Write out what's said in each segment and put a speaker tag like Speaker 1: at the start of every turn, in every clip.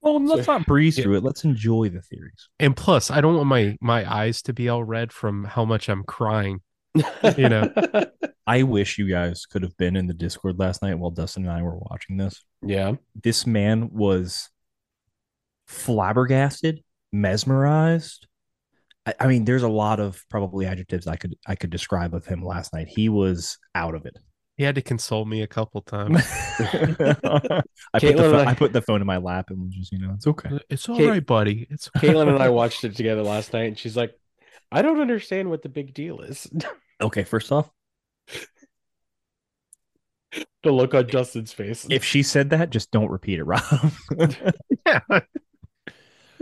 Speaker 1: well, let's not breeze through it. Let's enjoy the theories.
Speaker 2: And plus, I don't want my my eyes to be all red from how much I'm crying. You know.
Speaker 1: I wish you guys could have been in the Discord last night while Dustin and I were watching this.
Speaker 3: yeah.
Speaker 1: This man was flabbergasted, mesmerized. I, I mean, there's a lot of probably adjectives I could I could describe of him last night. He was out of it.
Speaker 2: He had to console me a couple times.
Speaker 1: I, put the
Speaker 3: Caitlin and
Speaker 1: pho-
Speaker 3: I-
Speaker 1: I put the phone in my lap and was just, you know, it's okay.
Speaker 2: It's all right,
Speaker 3: Kate-
Speaker 2: buddy. It's
Speaker 3: Caitlin and I watched it together last night, and she's like, "I don't understand what the big deal is."
Speaker 1: Okay, first off,
Speaker 3: the look on Justin's face.
Speaker 1: if she said that, just don't repeat it, Rob.
Speaker 2: yeah.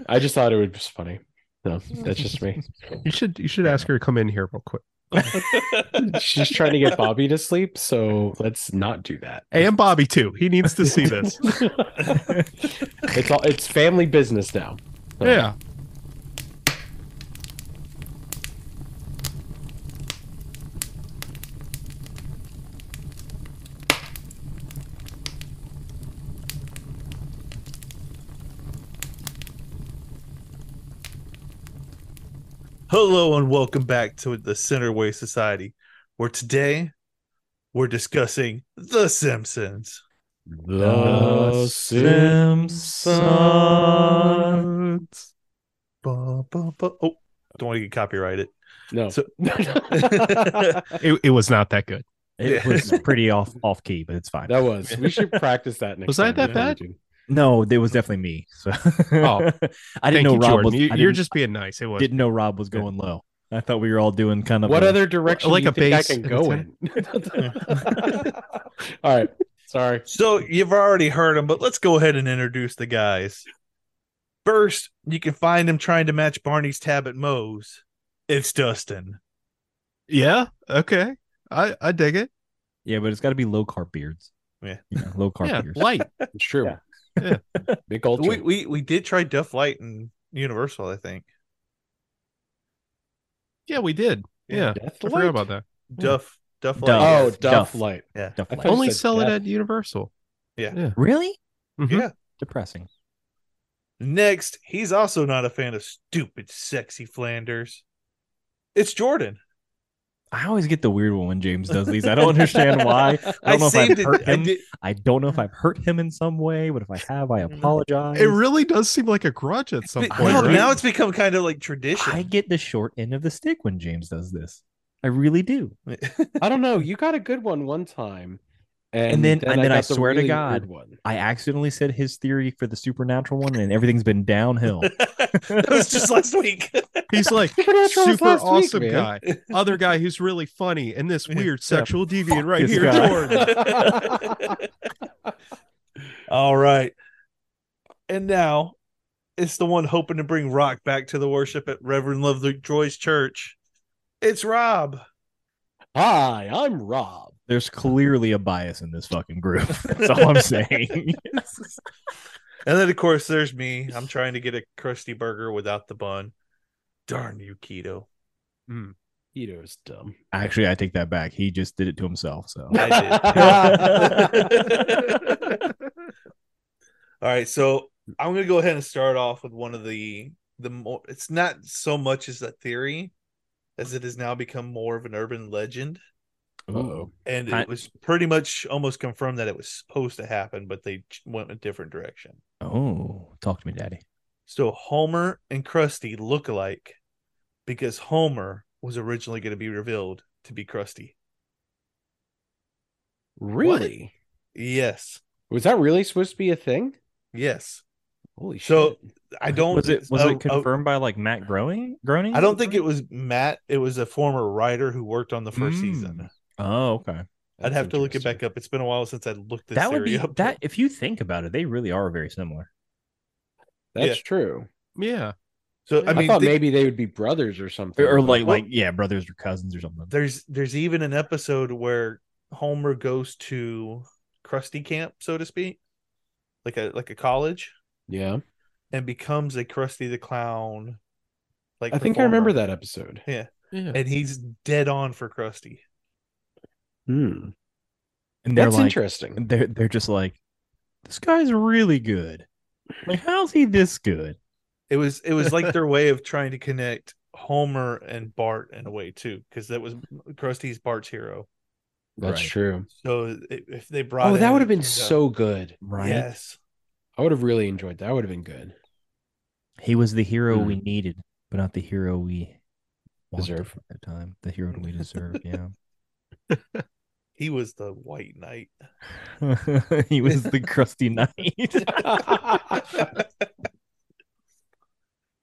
Speaker 3: I just thought it was just funny. No, that's just me.
Speaker 2: You should you should ask her to come in here real quick.
Speaker 3: She's trying to get Bobby to sleep, so let's not do that.
Speaker 2: And Bobby too. He needs to see this.
Speaker 3: It's all it's family business now.
Speaker 2: yeah.
Speaker 4: Hello and welcome back to the Centerway Society, where today we're discussing The Simpsons.
Speaker 3: The
Speaker 2: Simpsons.
Speaker 4: Ba, ba, ba. Oh, don't want to get copyrighted.
Speaker 3: No.
Speaker 4: So-
Speaker 3: that
Speaker 2: It, it was not that good.
Speaker 1: It was pretty off off key, but it's fine.
Speaker 3: was. We should practice that next.
Speaker 2: Was I
Speaker 3: time.
Speaker 2: that bad?
Speaker 3: dude.
Speaker 1: No, it was definitely me.
Speaker 2: Oh,
Speaker 1: So I didn't
Speaker 2: Thank
Speaker 1: know
Speaker 2: you,
Speaker 1: Rob
Speaker 2: Jordan.
Speaker 1: was,
Speaker 2: you, you're
Speaker 1: I didn't-
Speaker 2: just being nice. It was.
Speaker 1: didn't know Rob was going low. I thought we were all doing kind of
Speaker 3: What
Speaker 1: a-
Speaker 3: other direction
Speaker 2: Like
Speaker 3: do you
Speaker 2: a
Speaker 3: think I
Speaker 2: base
Speaker 3: can
Speaker 2: at
Speaker 3: go
Speaker 2: the
Speaker 3: in? all right. Sorry.
Speaker 4: So you've already heard him, but let's go ahead and introduce the guys. First, you can find him trying to match Barney's tab at Moe's. It's Dustin.
Speaker 2: Yeah. Okay. I I dig it.
Speaker 1: Yeah, but it's got to be low carb beards.
Speaker 4: Yeah.
Speaker 1: You know, low carb
Speaker 2: yeah.
Speaker 1: beards.
Speaker 2: Light.
Speaker 3: It's true.
Speaker 1: Yeah.
Speaker 2: Yeah.
Speaker 3: Big culture.
Speaker 4: We, we we did try Duff Light and Universal, I think.
Speaker 2: Yeah, we did. Yeah.
Speaker 3: Death
Speaker 2: I
Speaker 3: Light?
Speaker 2: forgot about that.
Speaker 4: Duff Duff Light.
Speaker 1: Duff.
Speaker 3: Oh, Duff,
Speaker 1: Duff.
Speaker 3: Light.
Speaker 4: Yeah.
Speaker 1: Stuff
Speaker 3: I
Speaker 1: like
Speaker 3: thought-
Speaker 1: that.
Speaker 2: Only
Speaker 3: said
Speaker 2: sell it
Speaker 3: death.
Speaker 2: at Universal.
Speaker 4: Yeah.
Speaker 1: Oh, Really
Speaker 2: Mhm.
Speaker 4: Yeah.
Speaker 1: depressing.
Speaker 4: Next, he's also not a fan of stupid, sexy Flanders. It's Jordan.
Speaker 1: I always get the weird one when James does these. I don't understand why. I don't know if I've hurt
Speaker 4: I
Speaker 1: him.
Speaker 4: did-
Speaker 1: I don't know if I've hurt him in some way, but if I have, I apologize.
Speaker 2: Mm-hmm. It really does seem like a grudge at some
Speaker 4: but-
Speaker 2: point.
Speaker 4: no,
Speaker 2: right?
Speaker 4: now it's become kind of like tradition.
Speaker 1: I get the short end of the stick when James does this. I really do.
Speaker 3: I don't know. You got a good one one time, and,
Speaker 1: then- and then I
Speaker 3: got the
Speaker 1: swear to
Speaker 3: really
Speaker 1: God.
Speaker 3: weird one.
Speaker 1: I accidentally said his theory for the supernatural one, and everything's been downhill.
Speaker 4: that was just last week.
Speaker 2: He's like
Speaker 3: Supernatural was
Speaker 2: super
Speaker 3: last week,
Speaker 2: awesome
Speaker 3: man.
Speaker 2: guy. Other guy who's really funny and this weird sexual deviant right
Speaker 1: this
Speaker 2: here,
Speaker 1: guy.
Speaker 2: Jordan.
Speaker 4: All right. And now it's the one hoping to bring rock back to the worship at Reverend Lovejoy's church. It's Rob.
Speaker 3: Hi, I'm Rob.
Speaker 1: There's clearly a bias in this fucking group. That's all I'm saying.
Speaker 4: And then, of course, there's me. I'm trying to get a crusty burger without the bun. Darn you, keto.
Speaker 2: Mm.
Speaker 3: Ito's dumb.
Speaker 1: Actually, I take that back. He just did it to himself. So
Speaker 4: I did. All right, so I'm gonna go ahead and start off with one of the the more. It's not so much as a theory, as it has now become more of an urban legend,
Speaker 1: Oh,
Speaker 3: Uh-oh.
Speaker 4: and
Speaker 1: I-
Speaker 4: it was pretty much almost confirmed that it was supposed to happen, but they ch- went a different direction.
Speaker 1: Oh, talk to me, Daddy.
Speaker 4: So Homer and Krusty look alike because Homer was originally going to be revealed to be Krusty.
Speaker 3: Really?
Speaker 4: Yes,
Speaker 3: Was that really supposed to be a thing?
Speaker 4: yes.
Speaker 3: Holy
Speaker 4: So-
Speaker 3: shit.
Speaker 4: I don't.
Speaker 1: Was it was
Speaker 4: oh,
Speaker 1: it
Speaker 4: oh,
Speaker 1: confirmed by like Matt Groening? Groening?
Speaker 4: I don't think it was Matt. It was a former writer who worked on the first
Speaker 1: Mm.
Speaker 4: season.
Speaker 1: Oh, okay.
Speaker 4: I'd have to look it back up. It's been a while since I looked this
Speaker 1: that would be
Speaker 4: theory up.
Speaker 1: that. If you think about it, they really are very similar.
Speaker 3: That's true.
Speaker 2: Yeah.
Speaker 4: So I
Speaker 3: I,
Speaker 4: mean,
Speaker 3: thought
Speaker 4: thi-
Speaker 3: maybe they would be brothers or something.
Speaker 1: Or like
Speaker 4: Well-
Speaker 1: like yeah, brothers or cousins or something.
Speaker 4: there's there's even an episode where Homer goes to Krusty Camp, so to speak, like a like a college,
Speaker 3: yeah.
Speaker 4: and becomes a Krusty the Clown. Like
Speaker 3: I think I remember
Speaker 4: performer.
Speaker 3: that episode.
Speaker 2: Yeah.
Speaker 4: and he's dead on for Krusty.
Speaker 3: Hmm.
Speaker 1: And they're
Speaker 3: That's
Speaker 1: like
Speaker 3: interesting.
Speaker 1: they're they're just like this guy's really good. Like, how's he this good?
Speaker 4: It was it was like their way of trying to connect Homer and Bart in a way too, because that was Krusty's Bart's hero.
Speaker 3: That's
Speaker 1: Right.
Speaker 3: true.
Speaker 4: So i- if they brought,
Speaker 3: Oh, that
Speaker 4: in-
Speaker 3: would have been
Speaker 4: Yeah.
Speaker 3: so good.
Speaker 1: Right.
Speaker 4: Yes,
Speaker 3: I would have really enjoyed that. Would have been good.
Speaker 1: He was the hero we needed, but not the hero we wanted
Speaker 3: Deserve.
Speaker 1: at that time. The hero we deserve. Yeah.
Speaker 4: he was the White Knight.
Speaker 1: he was the crusty knight.
Speaker 4: but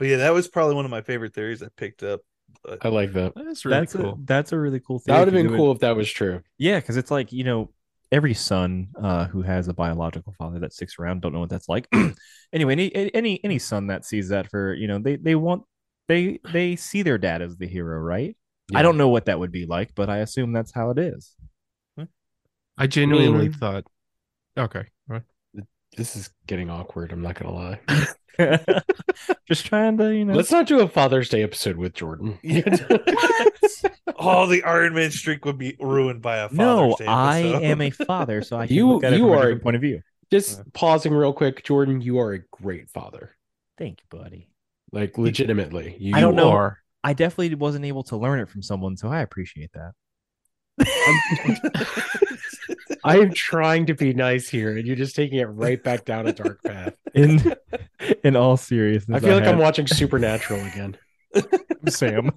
Speaker 4: yeah, that was probably one of my favorite theories I picked up.
Speaker 3: I like that.
Speaker 2: That's really
Speaker 1: that's
Speaker 2: cool.
Speaker 1: a, that's a really cool thing.
Speaker 3: That would have been cool if that was true.
Speaker 1: Yeah, because it's like you know every son uh, who has a biological father that sticks around don't know what that's like. anyway, any any any son that sees that for you know they they want they they see their dad as the hero, right? I
Speaker 3: Yeah.
Speaker 1: don't know what that would be like, but I assume that's how it is.
Speaker 2: I genuinely
Speaker 3: Mm.
Speaker 2: thought. Okay. Right.
Speaker 3: This is getting awkward. I'm not gonna lie.
Speaker 1: Just trying to you know.
Speaker 3: Let's not do a Father's Day episode with Jordan.
Speaker 4: All the Iron Man streak would be ruined by a Father's
Speaker 1: no,
Speaker 4: Day
Speaker 1: I
Speaker 4: episode.
Speaker 1: am a father, so I can
Speaker 3: You-
Speaker 1: look at it
Speaker 3: you
Speaker 1: from
Speaker 3: are-
Speaker 1: a different point of view.
Speaker 3: Just pausing real quick, Jordan. You are a great father.
Speaker 1: Thank you, buddy.
Speaker 3: Like legitimately, you
Speaker 1: I don't know.
Speaker 3: Are.
Speaker 1: I definitely wasn't able to learn it from someone, so I appreciate that.
Speaker 3: I am trying to be nice here, and you're just taking it right back down a dark path.
Speaker 1: In in all seriousness,
Speaker 3: I feel like
Speaker 1: had-
Speaker 3: I'm watching Supernatural again.
Speaker 1: Sam.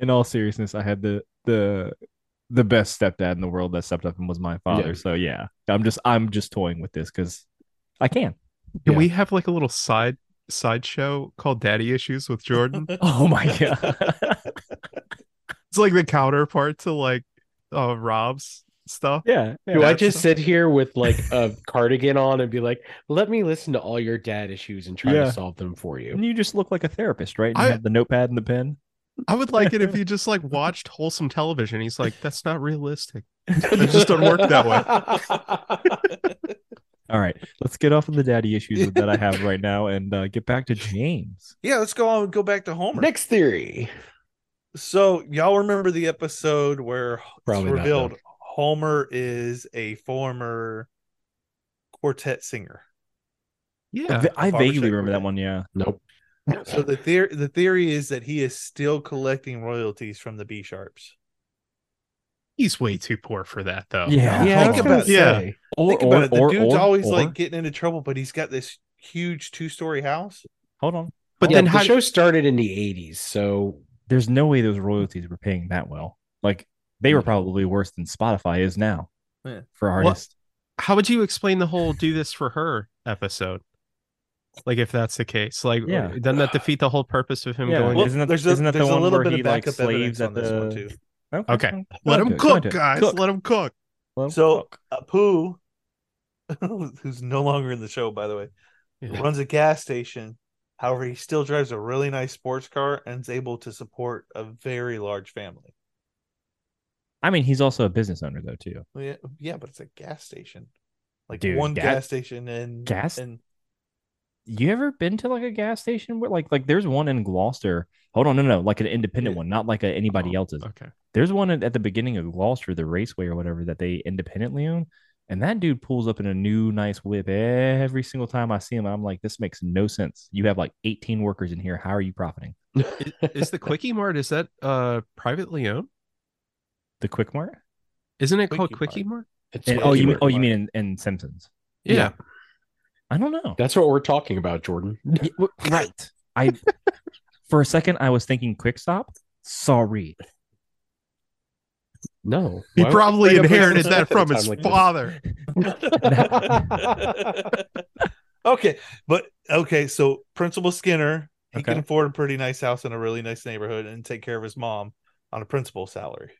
Speaker 1: in all seriousness, I had the the the best stepdad in the world that stepped up and was my father.
Speaker 3: Yeah.
Speaker 1: So yeah, I'm just I'm just toying with this because I can.
Speaker 2: Can
Speaker 3: Yeah.
Speaker 2: we have like a little side sideshow called Daddy Issues with Jordan?
Speaker 1: Oh my god.
Speaker 2: it's like the counterpart to like uh Rob's stuff.
Speaker 1: yeah.
Speaker 3: Do I
Speaker 2: That's-
Speaker 3: just sit here with like a cardigan on and be like, "Let me listen to all your dad issues and try
Speaker 1: Yeah.
Speaker 3: to solve them for you"?
Speaker 1: And you just look like a therapist, right? And
Speaker 2: I-
Speaker 1: you have the notepad and the pen.
Speaker 2: I would like it if you just like watched wholesome television. He's like, that's not realistic. It just doesn't work that way.
Speaker 1: All right, let's get off of the daddy issues that I have right now and uh, get back to James.
Speaker 4: yeah, let's go on and go back to Homer.
Speaker 3: Next theory.
Speaker 4: So y'all remember the episode where
Speaker 3: Probably
Speaker 4: it's
Speaker 3: not, though.
Speaker 4: revealed Homer is a former quartet singer.
Speaker 2: Yeah.
Speaker 1: I
Speaker 4: Barbershop
Speaker 1: vaguely remember that
Speaker 4: quartet.
Speaker 1: one. Yeah.
Speaker 3: Nope.
Speaker 4: So the theory the theory is that he is still collecting royalties from the B sharps.
Speaker 2: He's way too poor for that though.
Speaker 1: Yeah.
Speaker 3: Yeah, I was
Speaker 4: Think
Speaker 3: gonna
Speaker 4: about-
Speaker 2: yeah.
Speaker 3: say.
Speaker 1: Or,
Speaker 4: Think
Speaker 1: or,
Speaker 4: about it. The
Speaker 1: or,
Speaker 4: dude's
Speaker 1: or-
Speaker 4: always
Speaker 1: or-
Speaker 4: like getting into trouble, but he's got this huge two story house.
Speaker 1: Hold on.
Speaker 2: But
Speaker 3: Yeah,
Speaker 2: then
Speaker 3: the
Speaker 2: how
Speaker 3: show started in the '80s, so
Speaker 1: there's no way those royalties were paying that well. Like they were
Speaker 3: Yeah.
Speaker 1: probably worse than Spotify is now
Speaker 4: Yeah.
Speaker 1: for
Speaker 2: Well,
Speaker 1: artists.
Speaker 2: how would you explain the whole do this for her episode? Like if that's the case, like
Speaker 1: Yeah.
Speaker 2: doesn't that defeat the whole purpose of him
Speaker 1: Yeah.
Speaker 2: going?
Speaker 1: Well, isn't that- isn't that the one where he, like,
Speaker 4: evidence
Speaker 1: slaves at the-
Speaker 2: Okay.
Speaker 1: Go
Speaker 2: let him
Speaker 1: into it, go
Speaker 2: cook,
Speaker 1: into it.
Speaker 2: guys.
Speaker 1: Cook.
Speaker 2: Let him cook.
Speaker 1: Let 'em
Speaker 4: So
Speaker 1: cook.
Speaker 4: Apu, who's no longer in the show, by the way,
Speaker 2: Yeah.
Speaker 4: runs a gas station. However, he still drives a really nice sports car and is able to support a very large family.
Speaker 1: I mean, he's also a business owner though too.
Speaker 4: Well, Yeah, yeah, but it's a gas station, like
Speaker 1: Dude,
Speaker 4: one
Speaker 1: that-
Speaker 4: gas station and
Speaker 1: gas-
Speaker 4: and
Speaker 1: You ever been to like a gas station where like like there's one in Gloucester? Hold on, no, no, like an independent
Speaker 4: Yeah.
Speaker 1: one, not like a, anybody
Speaker 2: Oh,
Speaker 1: else's.
Speaker 2: Okay.
Speaker 1: There's one at at the beginning of Gloucester, the raceway or whatever that they independently own. And that dude pulls up in a new nice whip every single time I see him. I'm like, this makes no sense. You have like 18 workers in here. How are you profiting?
Speaker 2: Is, is the Quickie Mart is that uh privately owned?
Speaker 1: The Quick Mart?
Speaker 2: Isn't it called
Speaker 4: Quickie
Speaker 2: Quickie Mart?
Speaker 3: It's
Speaker 1: And-
Speaker 3: what
Speaker 1: oh,
Speaker 3: we
Speaker 1: you mean,
Speaker 3: were-
Speaker 1: oh, you mean in, in Simpsons?
Speaker 2: Yeah.
Speaker 1: I don't know.
Speaker 3: that's what we're talking about, Jordan.
Speaker 1: Y- w- right. I for a second I was thinking Quick Stop. Sorry.
Speaker 3: No,
Speaker 2: He
Speaker 3: Why would-
Speaker 2: probably
Speaker 3: bring up
Speaker 2: inherited
Speaker 3: racism
Speaker 2: that
Speaker 3: at a
Speaker 2: from
Speaker 3: time
Speaker 2: his
Speaker 3: like this?
Speaker 2: father.
Speaker 4: okay, but okay, so Principal Skinner, he
Speaker 1: Okay.
Speaker 4: can afford a pretty nice house in a really nice neighborhood and take care of his mom on a principal salary.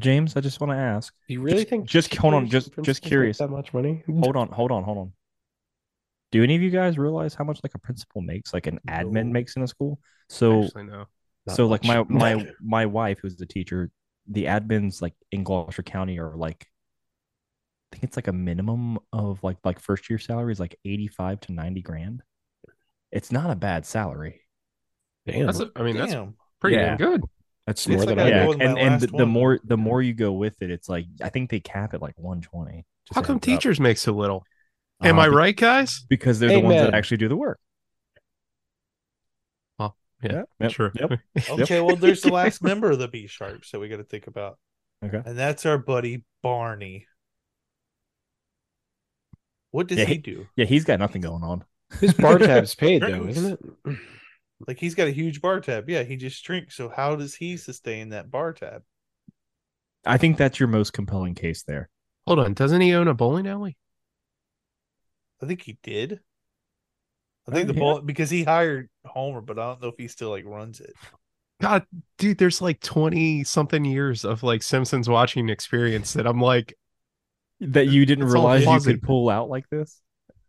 Speaker 1: James, I just want to ask.
Speaker 3: Do you really think?
Speaker 1: just hold on,
Speaker 3: British
Speaker 1: just- just
Speaker 3: principals make
Speaker 1: curious.
Speaker 3: That much money?
Speaker 1: Hold on, hold on, hold on. Do any of you guys realize how much like a principal makes, like an admin
Speaker 3: No.
Speaker 1: makes in a school? So
Speaker 2: Actually, no.
Speaker 3: Not
Speaker 1: so like my
Speaker 3: much.
Speaker 1: my my wife who's the teacher, the admins like in Gloucester County are like I think it's like a minimum of like like first year salary is like 85 to 90 grand. It's not a bad salary.
Speaker 3: Damn.
Speaker 2: That's a, I mean that's
Speaker 4: Damn.
Speaker 2: pretty damn
Speaker 1: Yeah.
Speaker 2: good.
Speaker 3: That's
Speaker 4: It's
Speaker 3: more
Speaker 4: like
Speaker 3: than
Speaker 4: I
Speaker 3: I
Speaker 1: yeah,
Speaker 3: make.
Speaker 4: go with my
Speaker 1: and and
Speaker 4: last
Speaker 1: the, the
Speaker 4: one.
Speaker 1: more the more you go with it, it's like I think they cap at like 120. Just
Speaker 2: How come
Speaker 1: heads up.
Speaker 2: teachers make so little?
Speaker 1: Uh,
Speaker 2: Am I
Speaker 1: be-
Speaker 2: right, guys?
Speaker 1: Because they're the ones that
Speaker 3: Amen.
Speaker 1: actually do the work.
Speaker 2: Well, yeah,
Speaker 1: Yep.
Speaker 2: Sure.
Speaker 1: Yep.
Speaker 4: Okay, well, there's the last member of the B sharps that we got to think about,
Speaker 1: Okay.
Speaker 4: and that's our buddy Barney. What does
Speaker 1: Yeah,
Speaker 4: he
Speaker 1: he-
Speaker 4: do?
Speaker 1: Yeah, he's got nothing going on.
Speaker 3: His bar tab's paid though,
Speaker 4: Drinks.
Speaker 3: isn't it?
Speaker 4: Like he's got a huge bar tab. Yeah, he just drinks. So how does he sustain that bar tab?
Speaker 1: I think that's your most compelling case there.
Speaker 2: Hold on. Doesn't he own a bowling alley?
Speaker 4: I think he did. I
Speaker 1: Oh,
Speaker 4: think the
Speaker 1: yeah.
Speaker 4: ball because he hired Homer, but I don't know if he still like runs it.
Speaker 2: God, dude, there's like 20 something years of like Simpsons watching experience that I'm like,
Speaker 1: That you didn't
Speaker 2: It's all
Speaker 1: realize you
Speaker 2: fuzzy.
Speaker 1: could pull out like this.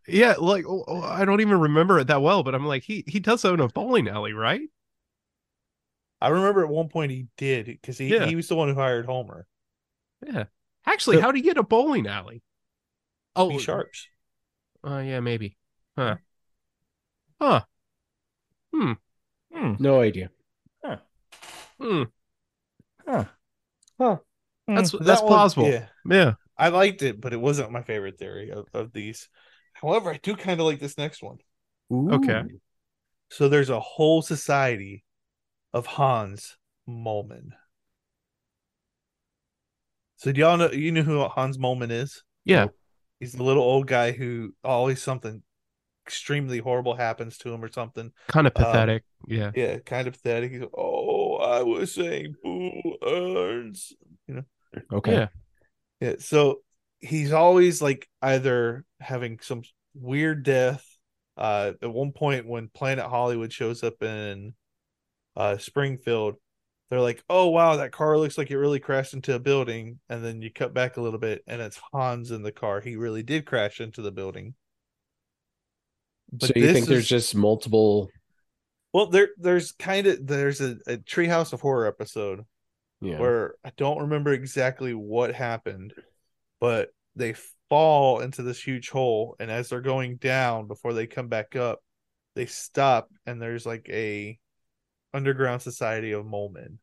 Speaker 2: yeah, like oh, oh, I don't even remember it that well, but I'm like, he he does own a bowling alley, right?
Speaker 4: I remember at one point he did because he,
Speaker 2: Yeah.
Speaker 4: he was the one who hired Homer.
Speaker 2: Yeah. Actually,
Speaker 1: So-
Speaker 2: how do you get a bowling alley? Oh,
Speaker 4: B sharps.
Speaker 2: Oh, yeah, maybe.
Speaker 1: Hmm.
Speaker 3: No idea.
Speaker 2: Hmm.
Speaker 1: Huh.
Speaker 3: Huh.
Speaker 2: That's
Speaker 4: Hmm. That
Speaker 2: that's
Speaker 4: one-
Speaker 2: plausible.
Speaker 4: Yeah.
Speaker 2: yeah.
Speaker 4: I liked it, but it wasn't my favorite theory of, of these. However, I do kind of like this next one.
Speaker 2: Okay.
Speaker 1: Ooh.
Speaker 4: So there's a whole society of Hans Molman. So do y'all know you know who Hans Molman is?
Speaker 2: Yeah.
Speaker 4: He's the little old guy who always something extremely horrible happens to him or something.
Speaker 2: Kind of
Speaker 4: Um,
Speaker 2: pathetic. yeah.
Speaker 4: Yeah, kind of pathetic. He's oh, I was saying boo earns.
Speaker 1: Okay.
Speaker 2: Yeah.
Speaker 4: Yeah, so he's always like either having some weird death. Uh, at one point, when Planet Hollywood shows up in uh, Springfield, they're like, "Oh wow, that car looks like it really crashed into a building." And then you cut back a little bit, and it's Hans in the car. He really did crash into the building. But
Speaker 3: so you
Speaker 4: this
Speaker 3: think
Speaker 4: is-
Speaker 3: there's just multiple?
Speaker 4: Well, there there's kind of there's a, a Treehouse of Horror episode
Speaker 3: Yeah.
Speaker 4: where I don't remember exactly what happened, but they fall into this huge hole. And as they're going down before they come back up, they stop and there's like a underground society of mole men.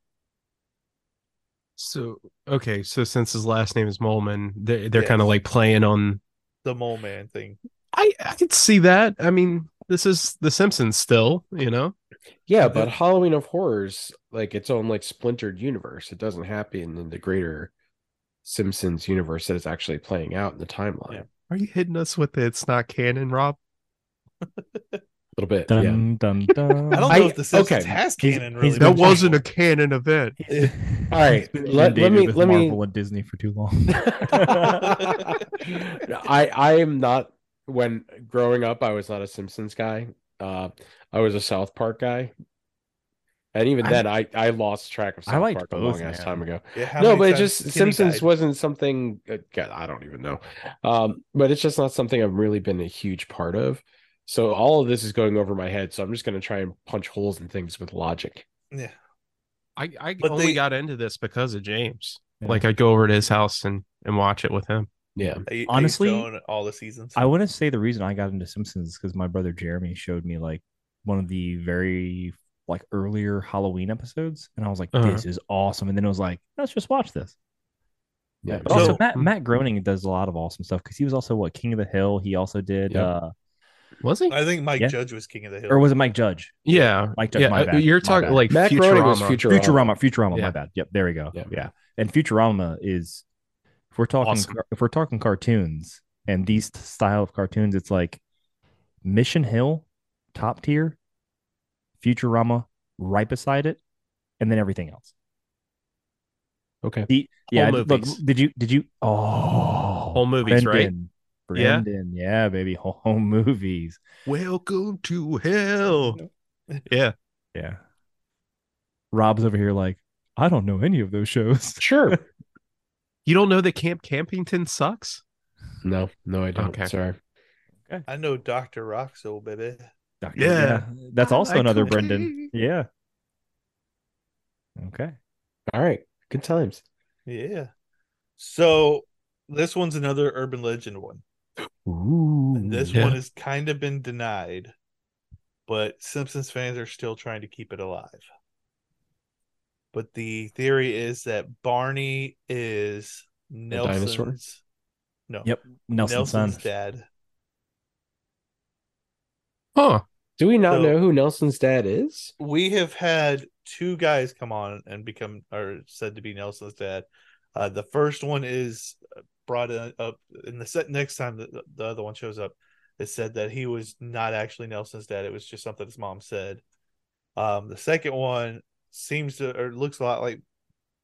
Speaker 2: So okay, so since his last name is Molman, they they're
Speaker 4: Yes.
Speaker 2: kind of like playing on.
Speaker 4: The mole man thing.
Speaker 2: I I could see that. I mean, this is The Simpsons still, you know.
Speaker 3: yeah,
Speaker 4: Mhm.
Speaker 3: but Halloween of Horrors, like its own like splintered universe. It doesn't happen in the greater Simpsons universe that is actually playing out in the timeline.
Speaker 4: Yeah.
Speaker 3: A
Speaker 2: Are you hitting us with the, it's not canon, Rob?
Speaker 3: little bit.
Speaker 1: Dun
Speaker 3: yeah.
Speaker 1: dun dun.
Speaker 4: I don't know
Speaker 3: I-
Speaker 4: if the Simpsons
Speaker 3: okay.
Speaker 4: has
Speaker 1: He's-
Speaker 4: canon
Speaker 1: he's
Speaker 4: really.
Speaker 1: been
Speaker 2: That
Speaker 1: It's
Speaker 2: wasn't a canon event.
Speaker 1: All
Speaker 3: right, let- let me-
Speaker 1: with
Speaker 3: let me-
Speaker 1: Marvel and Disney for too long.
Speaker 3: I I am not when growing up I was not a Simpsons guy. Uh I was a South Park guy. And even
Speaker 1: I-
Speaker 3: then I I lost track of
Speaker 1: I
Speaker 3: South
Speaker 1: liked
Speaker 3: Park a
Speaker 1: both,
Speaker 3: long ass
Speaker 1: man.
Speaker 3: time ago.
Speaker 4: Yeah, how
Speaker 3: no,
Speaker 4: many
Speaker 3: but it
Speaker 4: times
Speaker 3: just
Speaker 4: Kenny
Speaker 3: Simpsons
Speaker 4: died?
Speaker 3: wasn't something uh, God, I don't even know. Um but it's just not something I've really been a huge part of. So all of this is going over my head, so I'm just going to try and punch holes in things with logic.
Speaker 4: Yeah.
Speaker 2: I I
Speaker 4: But
Speaker 2: only
Speaker 4: they-
Speaker 2: got into this because of James.
Speaker 1: Yeah.
Speaker 2: Like I'd go over to his house and and watch it with him.
Speaker 3: Yeah.
Speaker 4: I- I used to
Speaker 1: Honestly,
Speaker 4: own all the seasons.
Speaker 1: I want to say the reason I got into Simpsons is because my brother Jeremy showed me like one of the very like earlier Halloween episodes, and I was like,
Speaker 2: Uh-huh.
Speaker 1: "This is awesome!" And then I was like, "Let's just watch this."
Speaker 3: Yeah.
Speaker 1: But also,
Speaker 4: So-
Speaker 1: Matt
Speaker 2: Hmm.
Speaker 1: Matt Groening does a lot of awesome stuff because he was also what King of the Hill. He also did,
Speaker 3: Yep.
Speaker 1: uh,
Speaker 2: Was he?
Speaker 4: I think Mike
Speaker 1: Yeah.
Speaker 4: Judge was king of the hill.
Speaker 1: or was it Mike Judge?
Speaker 2: yeah.
Speaker 1: Mike Judge.
Speaker 2: Yeah,
Speaker 1: my
Speaker 2: uh,
Speaker 1: bad.
Speaker 2: you're
Speaker 1: my
Speaker 2: talking
Speaker 1: bad.
Speaker 2: like
Speaker 3: Matt Groening was Futurama.
Speaker 1: Futurama. Futurama.
Speaker 2: Yeah.
Speaker 1: My bad. Yep. There we go.
Speaker 3: Yeah.
Speaker 1: Yeah. And Futurama is if we're talking
Speaker 2: Awesome.
Speaker 1: if we're talking cartoons and these t- style of cartoons, it's like Mission Hill, top tier, Futurama right beside it, and then everything else.
Speaker 3: Okay.
Speaker 1: The, yeah. Look,
Speaker 2: movies.
Speaker 1: did you did you? Oh,
Speaker 2: Home movies, right?
Speaker 1: right?
Speaker 2: Yeah.
Speaker 1: Brendan, yeah, baby, home movies.
Speaker 2: Welcome to hell. Yeah.
Speaker 1: Yeah. Rob's over here like, I don't know any of those shows.
Speaker 3: Sure.
Speaker 2: You don't know that Camp Campington sucks?
Speaker 3: no, no I don't.
Speaker 2: Okay.
Speaker 3: Sorry.
Speaker 4: I know Dr. Roxo, baby.
Speaker 1: Doctor-
Speaker 2: Yeah.
Speaker 1: That's
Speaker 2: I
Speaker 1: also
Speaker 2: like
Speaker 1: another
Speaker 2: cooking.
Speaker 1: Brendan. Yeah. Okay.
Speaker 3: All right. Good times.
Speaker 4: Yeah. So this one's another urban legend one.
Speaker 1: Ooh.
Speaker 4: And this
Speaker 2: Yeah.
Speaker 4: one has kind of been denied, but Simpsons fans are still trying to keep it alive. But the theory is that Barney is
Speaker 3: dinosaur?
Speaker 4: Nelson's No.
Speaker 1: Yep. Nelson's,
Speaker 4: Nelson's
Speaker 1: son.
Speaker 4: dad.
Speaker 2: Huh.
Speaker 3: Do we not
Speaker 4: So-
Speaker 3: know who Nelson's dad is?
Speaker 4: We have had two guys come on and become are said to be Nelson's dad. Uh, the first one is brought in- up in the set next time the, the other one shows up. It said that he was not actually Nelson's dad. It was just something his mom said. Um, the second one seems to or looks a lot like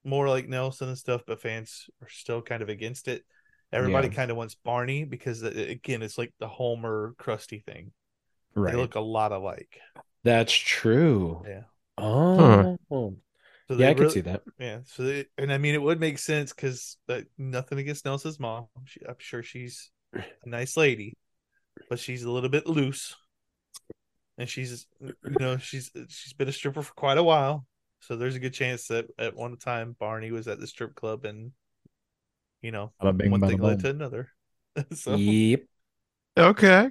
Speaker 4: more like Nelson and stuff, but fans are still kind of against it. Everybody
Speaker 3: Yeah.
Speaker 4: kind of wants Barney because uh, again, it's like the Homer crusty thing.
Speaker 1: Right.
Speaker 4: They look a lot alike.
Speaker 3: That's true.
Speaker 4: Yeah.
Speaker 3: Oh,
Speaker 4: So
Speaker 3: yeah,
Speaker 4: they
Speaker 3: I can
Speaker 4: really-
Speaker 3: see that.
Speaker 4: Yeah. So, they, and I mean, it would make sense because nothing against Nelson's mom. She, I'm sure she's a nice lady, but she's a little bit loose, and she's, you know, she's she's been a stripper for quite a while. So there's a good chance that at one time Barney was at the strip club, and you know,
Speaker 1: Bada bing,
Speaker 4: one
Speaker 1: bada
Speaker 4: thing led to
Speaker 1: boom.
Speaker 4: another. so
Speaker 3: Yep.
Speaker 2: Okay.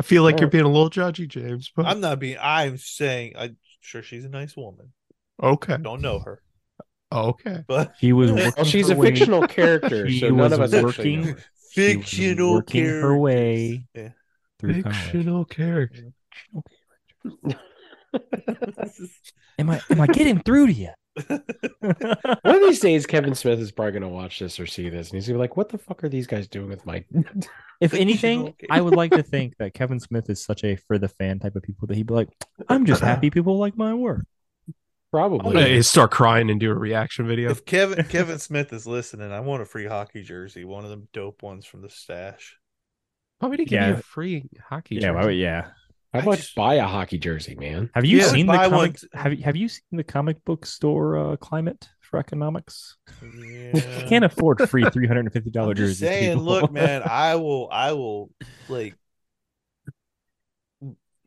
Speaker 2: I feel like you're
Speaker 3: Alright.
Speaker 2: being a little judgy, James, but
Speaker 4: I'm not being. I'm saying I'm sure she's a nice woman.
Speaker 2: okay.
Speaker 4: Don't know her,
Speaker 2: Okay.
Speaker 4: but
Speaker 1: He was.
Speaker 4: Well,
Speaker 1: working
Speaker 3: Well, she's
Speaker 1: her
Speaker 3: a
Speaker 1: way-
Speaker 3: fictional character,
Speaker 1: She
Speaker 3: so none
Speaker 1: was
Speaker 3: of us actually
Speaker 1: working-
Speaker 3: know her.
Speaker 1: she was
Speaker 4: fictional
Speaker 1: working her
Speaker 4: characters.
Speaker 1: way
Speaker 4: Yeah.
Speaker 1: through college.
Speaker 2: Fictional character.
Speaker 1: Am I? Am I getting through to you?
Speaker 3: One of these days, Kevin Smith is probably going to watch this or see this, and he's going to be like, "What the fuck are these guys doing with my?"
Speaker 1: If
Speaker 4: Fictional
Speaker 1: anything,
Speaker 4: character.
Speaker 1: I would like to think that Kevin Smith is such a for the fan type of people that he'd be like, "I'm just happy people like my work."
Speaker 3: Probably.
Speaker 2: Hey, start crying and do a reaction video.
Speaker 4: If Kevin Kevin Smith is listening, I want a free hockey jersey, one of them dope ones from the stash.
Speaker 2: How many give
Speaker 1: Yeah.
Speaker 2: you a free hockey?
Speaker 1: Yeah,
Speaker 2: jersey?
Speaker 1: why would- yeah.
Speaker 3: How
Speaker 4: I
Speaker 3: about
Speaker 4: just-
Speaker 3: buy a hockey jersey, man?
Speaker 1: Have you
Speaker 4: Yeah.
Speaker 1: seen the
Speaker 4: Buy one
Speaker 1: comic?
Speaker 4: t-
Speaker 1: Have you have you seen the comic book store uh, climate for economics?
Speaker 4: Yeah.
Speaker 1: Can't afford free three hundred and fifty
Speaker 4: Uh, I'm
Speaker 1: dollars
Speaker 4: just
Speaker 1: jerseys.
Speaker 4: saying,
Speaker 1: people.
Speaker 4: look, man, I will, I will, like,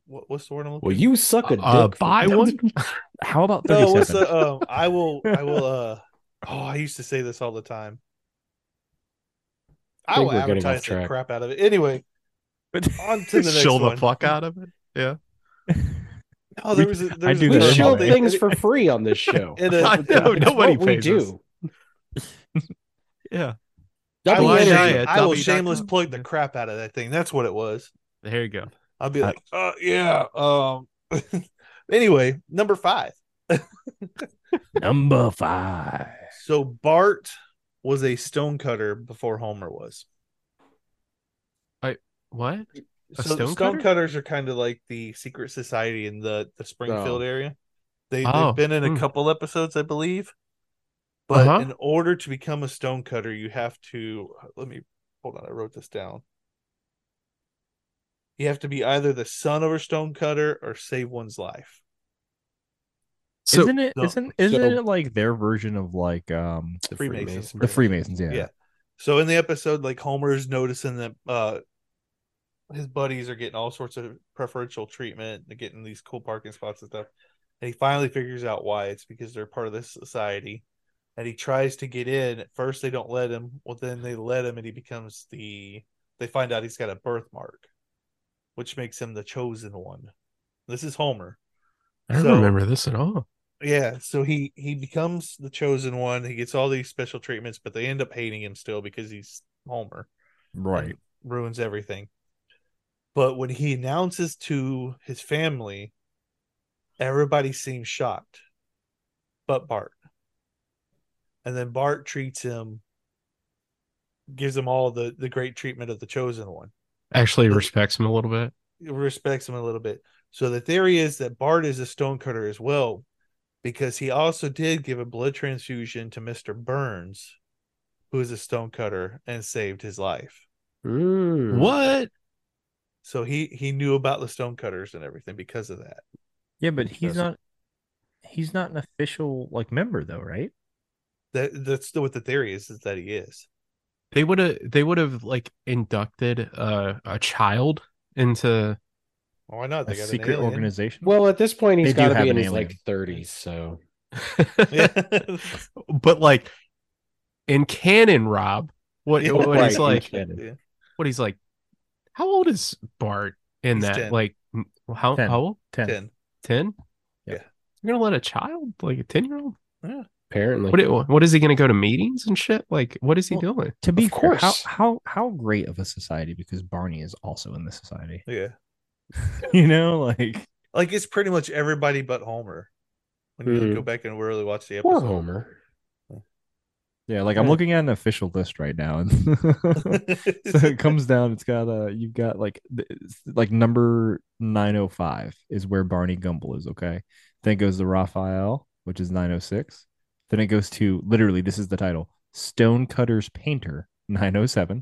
Speaker 4: what, what's the word I'm looking?
Speaker 3: Well, you suck a dick.
Speaker 2: Uh,
Speaker 3: for-
Speaker 2: buy one?
Speaker 1: How about
Speaker 4: No, what's
Speaker 1: thirty-seven?
Speaker 4: the? Um, I will, I will. Uh, oh, I used to say this all the time. I,
Speaker 3: I think
Speaker 4: will
Speaker 3: we're getting off
Speaker 4: advertise the
Speaker 3: track.
Speaker 4: crap out of it. Anyway,
Speaker 1: But-
Speaker 4: on to the next
Speaker 2: Chill the
Speaker 4: one.
Speaker 2: fuck out of it.
Speaker 4: Oh, there
Speaker 1: We-
Speaker 4: was a, there
Speaker 1: I
Speaker 4: was
Speaker 1: do
Speaker 4: a
Speaker 3: We
Speaker 1: that.
Speaker 4: little
Speaker 3: shill
Speaker 1: They-
Speaker 4: thing-
Speaker 3: things for free on this show.
Speaker 4: in a-
Speaker 2: I know,
Speaker 3: It's
Speaker 2: nobody
Speaker 3: uh, what we
Speaker 2: pays us.
Speaker 3: do.
Speaker 2: Yeah.
Speaker 4: I
Speaker 3: Double
Speaker 4: will,
Speaker 2: Blind
Speaker 3: energy.
Speaker 2: Eye at
Speaker 4: I will
Speaker 2: W.com.
Speaker 4: shameless plug the crap out of that thing. That's what it was.
Speaker 2: There you go.
Speaker 4: I'll be
Speaker 1: Uh,
Speaker 4: like, uh, yeah. Um. anyway, number five.
Speaker 1: Number five.
Speaker 4: So Bart was a stonecutter before Homer was.
Speaker 2: What? A
Speaker 4: so the
Speaker 2: stonecutter?
Speaker 4: stonecutters are kind of like the secret society in the the Springfield
Speaker 3: Oh.
Speaker 4: area. They,
Speaker 2: Oh,
Speaker 4: They've been in a
Speaker 2: hmm.
Speaker 4: couple episodes, I believe. But
Speaker 2: Uh-huh.
Speaker 4: in order to become a stonecutter, you have to let me hold on. I wrote this down. You have to be either the son of a stonecutter or save one's life.
Speaker 2: So
Speaker 1: isn't it?
Speaker 4: no,
Speaker 1: Isn't isn't
Speaker 3: so-
Speaker 1: it like their version of like um
Speaker 3: The
Speaker 4: Freemasons.
Speaker 1: the Freemasons? Yeah.
Speaker 4: Yeah. So in the episode, like Homer's noticing that uh his buddies are getting all sorts of preferential treatment, they're getting these cool parking spots and stuff. And he finally figures out why. It's because they're part of this society. And he tries to get in. At first they don't let him. Well then they let him and he becomes the they find out he's got a birthmark, which makes him the chosen one. This is Homer.
Speaker 2: I don't
Speaker 4: so-
Speaker 2: remember this at all.
Speaker 4: Yeah, so he he becomes the chosen one. He gets all these special treatments, but they end up hating him still because he's Homer,
Speaker 1: Right.
Speaker 4: ruins everything. But when he announces to his family, everybody seems shocked, but Bart. And then Bart treats him, gives him all the the great treatment of the chosen one
Speaker 2: Actually respects him a little bit.
Speaker 4: respects him a little bit. So the theory is that Bart is a stonecutter as well, because he also did give a blood transfusion to Mr. Burns, who is a stonecutter and saved his life.
Speaker 3: Mm.
Speaker 2: What?
Speaker 4: So he he knew about the stonecutters and everything because of that.
Speaker 1: Yeah, but he's
Speaker 3: Yes.
Speaker 1: not. He's not an official like member though, right?
Speaker 4: That that's what the theory is is that he is.
Speaker 2: They would have they would have like inducted a, a child into
Speaker 4: Well, why not?
Speaker 1: A
Speaker 4: They got
Speaker 1: secret
Speaker 4: an alien.
Speaker 1: organization.
Speaker 3: Well, at this point,
Speaker 1: They
Speaker 3: he's
Speaker 1: do
Speaker 3: got to
Speaker 1: have
Speaker 3: be in
Speaker 1: an
Speaker 3: his like
Speaker 1: alien.
Speaker 3: 30s. So
Speaker 2: but like in canon, Rob, what
Speaker 4: Yeah,
Speaker 2: what
Speaker 3: right,
Speaker 2: he's
Speaker 3: in
Speaker 2: like
Speaker 3: canon.
Speaker 4: Yeah.
Speaker 2: what he's like how old is Bart in
Speaker 4: He's
Speaker 2: that?
Speaker 4: 10.
Speaker 2: Like m- how
Speaker 1: Ten.
Speaker 2: how old?
Speaker 1: ten.
Speaker 4: Ten.
Speaker 2: Ten?
Speaker 1: Yeah.
Speaker 2: You're gonna let a child, like a ten year old?
Speaker 4: Yeah.
Speaker 3: apparently.
Speaker 2: What, i- what is he going to go to meetings and shit? Like, what is he
Speaker 1: Well,
Speaker 2: doing?
Speaker 1: To be
Speaker 3: Of
Speaker 1: fair, how
Speaker 3: course.
Speaker 1: how how great of a society because Barney is also in the society.
Speaker 4: Yeah.
Speaker 1: You know, like
Speaker 4: Like it's pretty much everybody but Homer. When you
Speaker 3: Mhm.
Speaker 1: Mm-hmm.
Speaker 4: go back and really watch the
Speaker 3: Poor
Speaker 4: episode.
Speaker 3: Homer.
Speaker 1: yeah, like I'm
Speaker 3: Yeah.
Speaker 1: looking at an official list right now, and so it comes down. It's got uh, you've got like th- it's like number nine oh five is where Barney Gumble is. Okay, then it goes to Raphael, which is nine oh six. Then it goes to literally this is the title Stonecutter's Painter nine oh seven.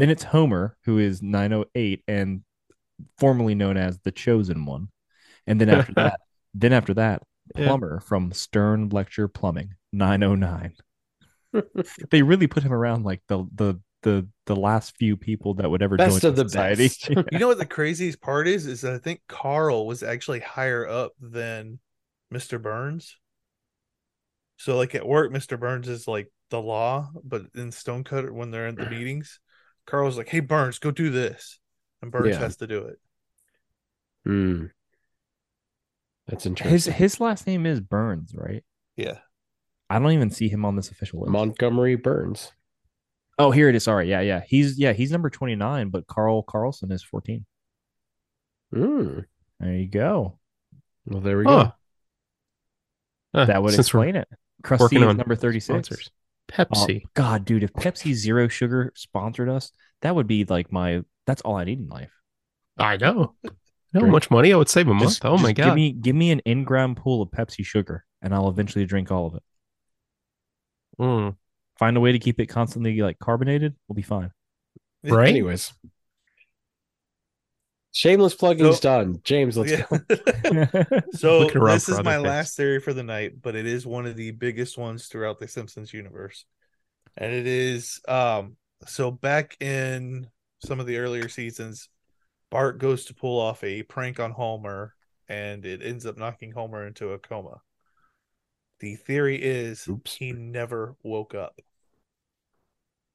Speaker 1: Then it's Homer, who is 908 and formerly known as the chosen one. And then after that, then after that,
Speaker 2: Yeah.
Speaker 1: Plumber from Stern Lecture Plumbing, 909. they really put him around like the the the the last few people that would ever
Speaker 3: Best
Speaker 1: join
Speaker 3: of the
Speaker 1: society.
Speaker 3: best.
Speaker 4: You know what the craziest part is? Is that I think Carl was actually higher up than Mr. Burns. So, like at work, Mr. Burns is like the law, but in Stonecutter, when they're in the meetings, Carl's like, "Hey, Burns, go do this," and Burns
Speaker 3: Yeah.
Speaker 4: has to do it.
Speaker 3: Hmm. That's
Speaker 1: His
Speaker 3: interesting.
Speaker 1: his last name is Burns, right?
Speaker 4: Yeah.
Speaker 1: I don't even see him on this official list.
Speaker 3: Montgomery Burns.
Speaker 1: oh, here it is. Sorry. Yeah, yeah. He's yeah, he's number 29, but Carl Carlson is 14.
Speaker 3: Hmm.
Speaker 1: There you go.
Speaker 3: Well, there we
Speaker 2: Huh.
Speaker 3: go.
Speaker 2: Huh,
Speaker 1: That would
Speaker 2: since we're
Speaker 1: explain it. Krusty is
Speaker 2: on
Speaker 1: number 36.
Speaker 2: sponsors.
Speaker 1: Oh,
Speaker 2: Pepsi.
Speaker 1: God, dude, if Pepsi Zero Sugar sponsored us, that would be like my. That's all I need in life.
Speaker 2: Oh, I know. You know how
Speaker 1: Drink.
Speaker 2: much money I would save a month?
Speaker 1: Just-
Speaker 2: oh my
Speaker 1: just
Speaker 2: god!
Speaker 1: Give me, give me an in-gram pool of Pepsi Sugar, and I'll eventually drink all of it.
Speaker 2: Mm.
Speaker 1: Find a way to keep it constantly like carbonated. We'll be fine.
Speaker 2: Right?
Speaker 3: Anyways. Shameless plugging's
Speaker 4: So-
Speaker 3: done. James, let's
Speaker 4: Yeah.
Speaker 3: go.
Speaker 4: so
Speaker 2: Looking around
Speaker 4: this
Speaker 2: for
Speaker 4: is
Speaker 2: other
Speaker 4: my
Speaker 2: things.
Speaker 4: last theory for the night, but it is one of the biggest ones throughout the Simpsons universe. And it is um so back in some of the earlier seasons, Bart goes to pull off a prank on Homer and it ends up knocking Homer into a coma. The theory is
Speaker 3: Oops.
Speaker 4: he never woke up.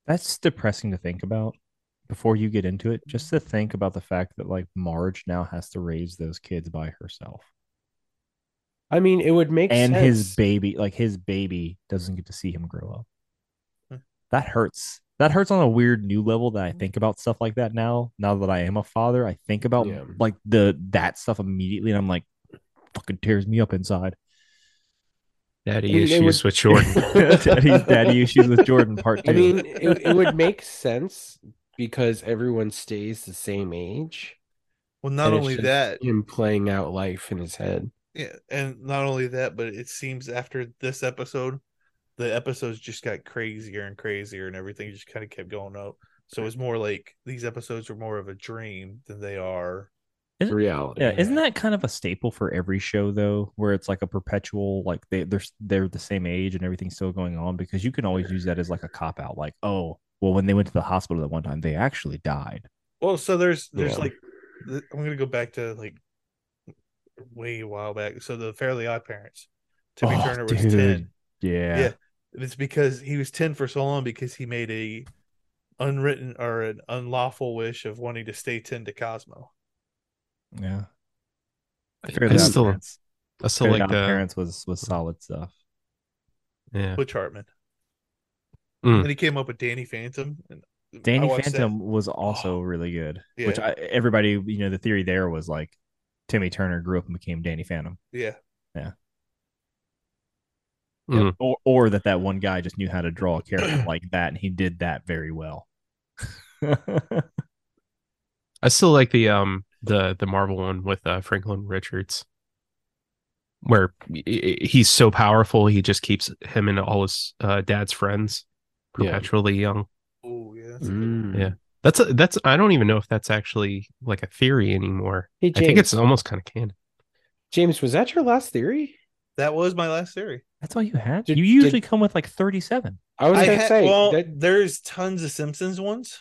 Speaker 1: That's depressing to think about. Before you get into it, just to think about the fact that like Marge now has to raise those kids by herself,
Speaker 3: I mean, it would make
Speaker 1: and
Speaker 3: sense.
Speaker 1: his baby, like his baby, doesn't get to see him grow up. that hurts. That hurts on a weird new level that I think about stuff like that now. Now that I am a father, I think about
Speaker 3: Yeah.
Speaker 1: like the that stuff immediately, and I'm like, fucking tears me up inside.
Speaker 2: Daddy
Speaker 3: I mean, they
Speaker 2: issues
Speaker 3: would-
Speaker 2: with Jordan.
Speaker 1: Daddy's daddy issues with Jordan part two.
Speaker 3: I mean, it, it would make sense because everyone stays the same age.
Speaker 4: Well, not
Speaker 3: and it's
Speaker 4: only
Speaker 3: just
Speaker 4: that,
Speaker 3: him playing out life in his head.
Speaker 4: Yeah, and not only that, but it seems after this episode, the episodes just got crazier and crazier, and everything just kind of kept going up. So it's more like these episodes are more of a dream than they are.
Speaker 1: Isn't-
Speaker 3: Reality.
Speaker 1: yeah, isn't that kind of a staple for every show though, where it's like a perpetual like they they're s- they're the same age and everything's still going on because you can always use that as like a cop out, like oh well when they went to the hospital that one time they actually died.
Speaker 4: Well, so there's there's
Speaker 3: Yeah.
Speaker 4: like th- I'm gonna go back to like way a while back. So the Fairly Odd Parents, Timmy
Speaker 1: Oh,
Speaker 4: Turner was
Speaker 1: dude.
Speaker 4: ten.
Speaker 1: Yeah.
Speaker 4: Yeah. It's because he was 10 for so long because he made a unwritten or an unlawful wish of wanting to stay 10 to Cosmo.
Speaker 1: Yeah.
Speaker 2: I
Speaker 1: Fairly Odd
Speaker 2: still-
Speaker 1: Parents.
Speaker 2: I still
Speaker 1: Fairly
Speaker 2: like
Speaker 1: Odd
Speaker 2: the
Speaker 1: parents was was solid stuff.
Speaker 2: yeah.
Speaker 4: Butch Hartman.
Speaker 2: Mm.
Speaker 4: And he came up with Danny Phantom. And I
Speaker 1: Danny
Speaker 4: watched that.
Speaker 1: Phantom was also really good, which
Speaker 4: Yeah.
Speaker 1: I, everybody, you know, the theory there was like Timmy Turner grew up and became Danny Phantom,
Speaker 4: Yeah.
Speaker 2: Mm.
Speaker 1: or or that that one guy just knew how to draw a character like that, and he did that very well.
Speaker 2: I still like the um the the Marvel one with uh, Franklin Richards, where he- he- he's so powerful he just keeps him and all his uh, dad's friends
Speaker 3: Yeah.
Speaker 2: perpetually young.
Speaker 4: Oh, yeah. that's a
Speaker 1: Mm-hmm.
Speaker 4: good one.
Speaker 3: Mm.
Speaker 2: Yeah. That's a, that's I don't even know if that's actually like a theory anymore.
Speaker 3: Hey,
Speaker 2: I think it's
Speaker 3: James.
Speaker 2: almost kind of canon.
Speaker 3: James, was that your last theory?
Speaker 4: That was my last theory.
Speaker 1: That's all you had.
Speaker 3: Did-
Speaker 1: you
Speaker 3: did-
Speaker 1: usually come with like thirty-seven.
Speaker 3: I was
Speaker 4: I
Speaker 3: gonna
Speaker 4: had-
Speaker 3: say
Speaker 4: well,
Speaker 3: that
Speaker 4: there's tons of Simpsons ones.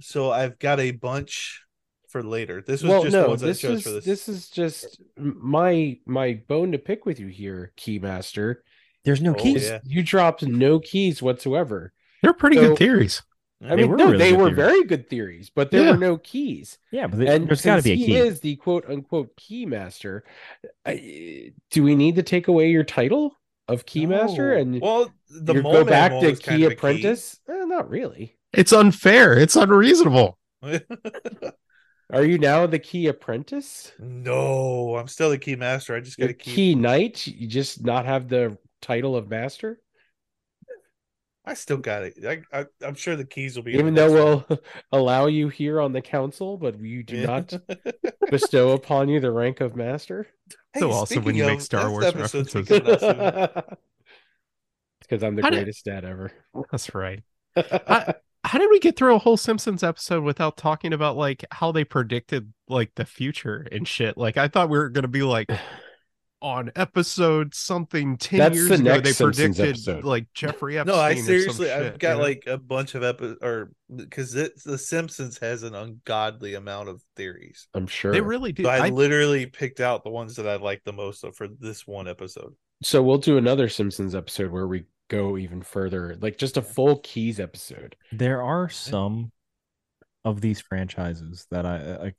Speaker 4: So I've got a bunch for later. This was
Speaker 3: well,
Speaker 4: just the
Speaker 3: no,
Speaker 4: ones I
Speaker 3: this
Speaker 4: chose
Speaker 3: was
Speaker 4: for this.
Speaker 3: this. is just my my bone to pick with you here, Keymaster.
Speaker 1: There's no
Speaker 4: Oh,
Speaker 1: keys.
Speaker 3: Is
Speaker 4: yeah.
Speaker 3: You dropped no keys whatsoever.
Speaker 2: They're pretty
Speaker 3: So-
Speaker 2: good theories.
Speaker 3: I
Speaker 1: They
Speaker 3: mean,
Speaker 1: were
Speaker 3: no,
Speaker 1: really
Speaker 3: they
Speaker 1: good
Speaker 3: were
Speaker 1: theories.
Speaker 3: very good theories, but there
Speaker 2: Yeah.
Speaker 3: were no keys.
Speaker 1: Yeah, but
Speaker 3: And
Speaker 1: there's got to
Speaker 3: since
Speaker 1: be a
Speaker 3: he
Speaker 1: key.
Speaker 3: is the quote unquote keymaster. I- Do we need to take away your title? of Keymaster
Speaker 1: No.
Speaker 3: and
Speaker 4: Well, the
Speaker 3: you
Speaker 4: mole
Speaker 3: go
Speaker 4: man
Speaker 3: back
Speaker 4: mole
Speaker 3: to
Speaker 4: is kind
Speaker 3: Key
Speaker 4: of a
Speaker 3: Apprentice? Eh, not really.
Speaker 2: It's unfair. It's unreasonable.
Speaker 3: Are you now the Key Apprentice?
Speaker 4: no, I'm still the key master. I just got
Speaker 3: You're
Speaker 4: to
Speaker 3: key.
Speaker 4: keep.
Speaker 3: Knight? You just not have the title of Master?
Speaker 4: I still got it. I, I, I'm sure the keys will be. in
Speaker 3: Even
Speaker 4: the
Speaker 3: though
Speaker 4: next one.
Speaker 3: we'll allow you here on the council, but you do
Speaker 4: Yeah.
Speaker 3: not bestow upon you the rank of Master?
Speaker 2: So awesome when
Speaker 4: speaking
Speaker 2: you make Star
Speaker 4: that's the
Speaker 2: Wars
Speaker 4: episode
Speaker 2: references.
Speaker 4: coming out soon.
Speaker 3: because I'm the
Speaker 2: How did-
Speaker 3: greatest dad ever.
Speaker 2: That's right. How did we get through a whole Simpsons episode without talking about like how they predicted like the future and shit? Like I thought we were gonna be like on episode something ten
Speaker 3: That's
Speaker 2: years
Speaker 3: the
Speaker 2: ago
Speaker 3: next
Speaker 2: they
Speaker 3: Simpsons
Speaker 2: predicted
Speaker 3: episode.
Speaker 2: like Jeffrey Epstein.
Speaker 4: No, I
Speaker 2: or some
Speaker 4: seriously,
Speaker 2: shit,
Speaker 4: I've
Speaker 2: you
Speaker 4: got
Speaker 2: know?
Speaker 4: like a bunch of episodes, or because the Simpsons has an ungodly amount of theories.
Speaker 3: I'm sure.
Speaker 2: they really do.
Speaker 4: So I,
Speaker 2: I-
Speaker 4: literally picked out the ones that I like the most for this one episode.
Speaker 3: so we'll do another Simpsons episode where we go even further, like just a full keys episode.
Speaker 1: There are some of these franchises that I, I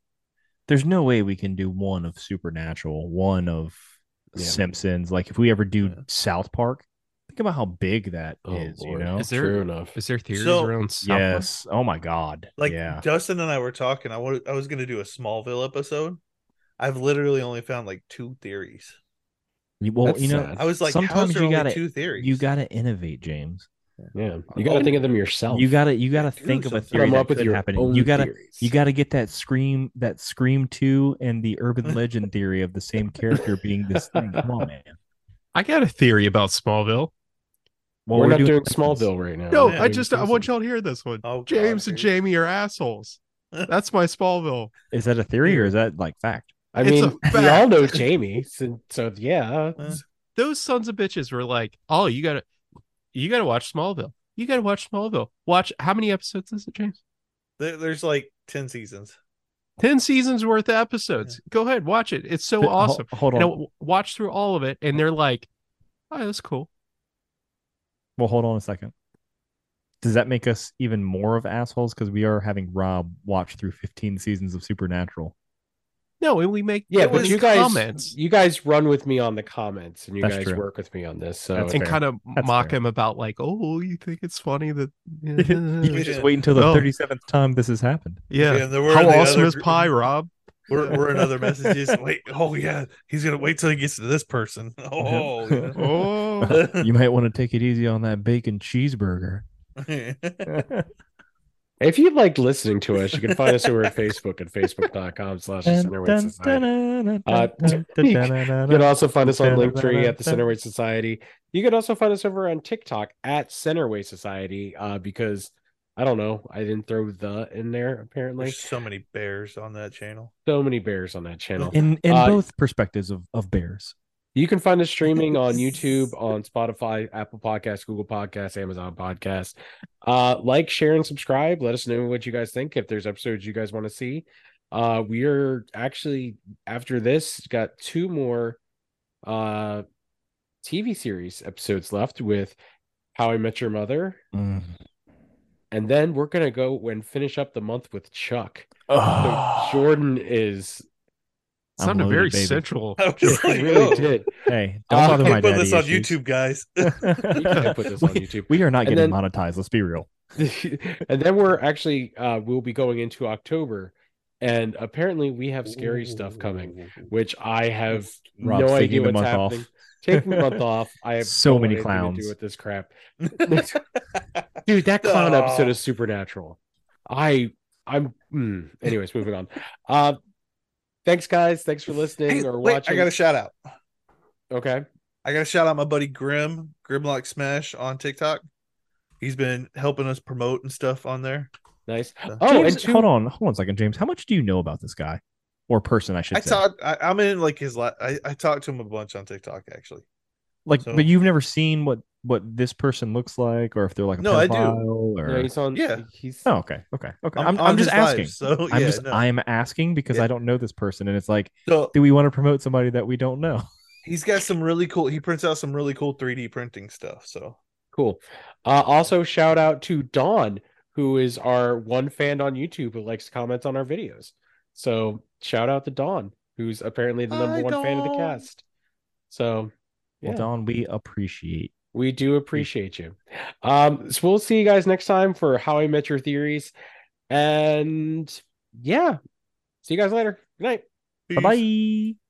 Speaker 1: there's no way we can do one of Supernatural, one of
Speaker 3: Yeah.
Speaker 1: Simpsons. Like if we ever do
Speaker 4: Yeah.
Speaker 1: South Park, think about how big that is.
Speaker 3: Oh,
Speaker 1: you
Speaker 3: Lord.
Speaker 1: know?
Speaker 2: Is there-
Speaker 3: True enough.
Speaker 2: is there theories
Speaker 4: So-
Speaker 2: around South Park?
Speaker 1: yes. Oh my god.
Speaker 4: Like
Speaker 1: yeah.
Speaker 4: Dustin and I were talking, I wa- I was going to do a Smallville episode. I've literally only found like two theories.
Speaker 1: You- Well,
Speaker 3: That's
Speaker 1: you know,
Speaker 3: sad.
Speaker 4: I was like, how's
Speaker 1: Sometimes
Speaker 4: there
Speaker 1: you
Speaker 4: only
Speaker 1: gotta-
Speaker 4: two theories?
Speaker 1: you gotta innovate, James.
Speaker 3: Yeah, you got to think of them yourself.
Speaker 1: You gotta you gotta
Speaker 4: Do
Speaker 1: think of a
Speaker 4: something.
Speaker 1: theory
Speaker 3: come
Speaker 1: that
Speaker 3: up with
Speaker 1: could
Speaker 3: your
Speaker 1: happen.
Speaker 3: own
Speaker 1: You gotta
Speaker 3: theories.
Speaker 1: You got to get that scream, that scream two, and the urban legend theory of the same character being this thing. Come on, man.
Speaker 2: I got a theory about Smallville.
Speaker 1: Well,
Speaker 3: we're, not doing,
Speaker 1: Simpsons.
Speaker 3: Smallville right now.
Speaker 2: No,
Speaker 3: We're
Speaker 2: I
Speaker 3: doing
Speaker 2: just I want
Speaker 3: Simpsons.
Speaker 2: y'all to hear this one.
Speaker 4: Oh, God,
Speaker 2: James and
Speaker 4: dude.
Speaker 2: Jamie are assholes. That's my Smallville.
Speaker 1: Is that a theory or is that like fact?
Speaker 3: I
Speaker 2: It's
Speaker 3: mean,
Speaker 2: a
Speaker 3: we all
Speaker 2: fact.
Speaker 3: know Jamie, so, so yeah.
Speaker 4: Uh,
Speaker 2: Those sons of bitches were like, "Oh, you gotta, you gotta watch Smallville. You gotta watch Smallville. Watch how many episodes is it, James?
Speaker 4: There- there's like 10 seasons.
Speaker 2: Ten seasons worth of episodes. Go ahead, watch it. It's so
Speaker 1: Th- ho-
Speaker 2: awesome.
Speaker 1: Hold on.
Speaker 2: And I w- watch through all of it, and they're like, "Oh, that's cool."
Speaker 1: Well, hold on a second. Does that make us even more of assholes because we are having Rob watch through 15 seasons of Supernatural?
Speaker 2: No, and we make
Speaker 3: Yeah,
Speaker 2: it
Speaker 3: but
Speaker 2: was
Speaker 3: you guys,
Speaker 2: comments
Speaker 3: you guys run with me on the comments, and you
Speaker 1: That's
Speaker 3: guys
Speaker 1: true.
Speaker 3: work with me on this. So
Speaker 1: That's
Speaker 2: and
Speaker 1: fair.
Speaker 2: kind of
Speaker 1: That's
Speaker 2: mock
Speaker 1: fair.
Speaker 2: him about like, "Oh, you think it's funny that."
Speaker 1: you
Speaker 3: Mm,
Speaker 1: can just wait until the
Speaker 2: No.
Speaker 1: 37th time this has happened.
Speaker 2: yeah.
Speaker 4: And there were
Speaker 2: How
Speaker 4: the
Speaker 2: awesome
Speaker 4: other
Speaker 2: is
Speaker 4: gr-
Speaker 2: pie, Rob?
Speaker 4: We're, we're another message is wait. Oh yeah, he's gonna wait till he gets to this person. Oh, yeah.
Speaker 2: Oh,
Speaker 1: you might want to take it easy on that bacon cheeseburger.
Speaker 3: if you like listening to us, you can find us over at Facebook at facebook.com slash the Centerweight Society. Uh, You can also find us on Linktree at the Centerweight Society. You can also find us over on TikTok at Centerweight Society uh, because I don't know, I didn't throw the in there apparently.
Speaker 4: There's so many bears on that channel.
Speaker 3: So many bears on that channel.
Speaker 1: in in
Speaker 3: Uh,
Speaker 1: both perspectives of, of bears.
Speaker 3: You can find us streaming on YouTube, on Spotify, Apple Podcasts, Google Podcasts, Amazon Podcasts. Uh, like, share, and subscribe. Let us know what you guys think. If there's episodes you guys want to see, uh, we are actually after this got two more uh TV series episodes left with How I Met Your Mother, and then we're gonna go and finish up the month with Chuck. So Jordan is
Speaker 1: I'm
Speaker 2: Oh. sounded very
Speaker 1: loaded, baby.
Speaker 2: central.
Speaker 4: I was
Speaker 3: he
Speaker 4: like,
Speaker 3: really
Speaker 4: oh,
Speaker 3: did.
Speaker 1: Hey, don't
Speaker 3: Uh,
Speaker 1: bother my
Speaker 4: I can't put
Speaker 1: daddy
Speaker 4: this on
Speaker 1: issues.
Speaker 4: YouTube, guys.
Speaker 1: You
Speaker 3: can't put this on
Speaker 1: We-
Speaker 3: YouTube.
Speaker 1: We are not
Speaker 3: And
Speaker 1: getting
Speaker 3: then-
Speaker 1: monetized. Let's be real.
Speaker 3: and then we're actually uh we'll be going into October and apparently we have scary stuff coming which I have
Speaker 1: Rob's
Speaker 3: no idea
Speaker 1: taking the
Speaker 3: what's
Speaker 1: month off.
Speaker 3: happening taking the month off I have
Speaker 1: So
Speaker 3: no
Speaker 1: many
Speaker 3: idea what to
Speaker 1: clowns.
Speaker 3: do with this crap dude that clown
Speaker 4: Aw.
Speaker 3: episode is supernatural I I'm mm. anyways moving on uh thanks guys thanks for listening
Speaker 4: Hey,
Speaker 3: or
Speaker 4: wait,
Speaker 3: watching
Speaker 4: I got a shout out.
Speaker 3: okay
Speaker 4: I got to shout out my buddy Grim, Grimlock Smash on TikTok. He's been helping us promote and stuff on there.
Speaker 3: nice
Speaker 4: Uh,
Speaker 3: oh
Speaker 1: James,
Speaker 3: and two,
Speaker 1: hold on, hold on a second, James. How much do you know about this guy or person? I should
Speaker 4: I
Speaker 1: say.
Speaker 4: talked. I, I'm in like his. La- I I talked to him a bunch on TikTok actually.
Speaker 1: like,
Speaker 4: so-
Speaker 1: but you've never seen what what this person looks like, or if they're like a
Speaker 4: No, I do.
Speaker 1: pedophile, or
Speaker 3: yeah, he's on
Speaker 4: Yeah.
Speaker 3: he's
Speaker 1: oh, okay, okay, okay. I'm, I'm,
Speaker 4: on
Speaker 1: just
Speaker 4: his live,
Speaker 1: asking.
Speaker 4: so
Speaker 1: I'm
Speaker 4: yeah,
Speaker 1: just
Speaker 4: no.
Speaker 1: I'm asking because
Speaker 4: Yeah.
Speaker 1: I don't know this person, and it's like,
Speaker 4: so
Speaker 1: do we want to promote somebody that we don't know?
Speaker 4: he's got some really cool. He prints out some really cool 3D printing stuff. So
Speaker 3: Cool. Uh, also, shout out to Dawn, who is our one fan on YouTube who likes to comment on our videos. So, shout out to Dawn, who's apparently the number
Speaker 2: Hi,
Speaker 3: one fan of the
Speaker 2: Dawn.
Speaker 3: cast. So, Yeah.
Speaker 1: Well, Don, we appreciate
Speaker 3: We do appreciate you. Um, so we'll see you guys next time for How I Met Your Theories. And yeah, see you guys later. Good night.
Speaker 1: Bye bye.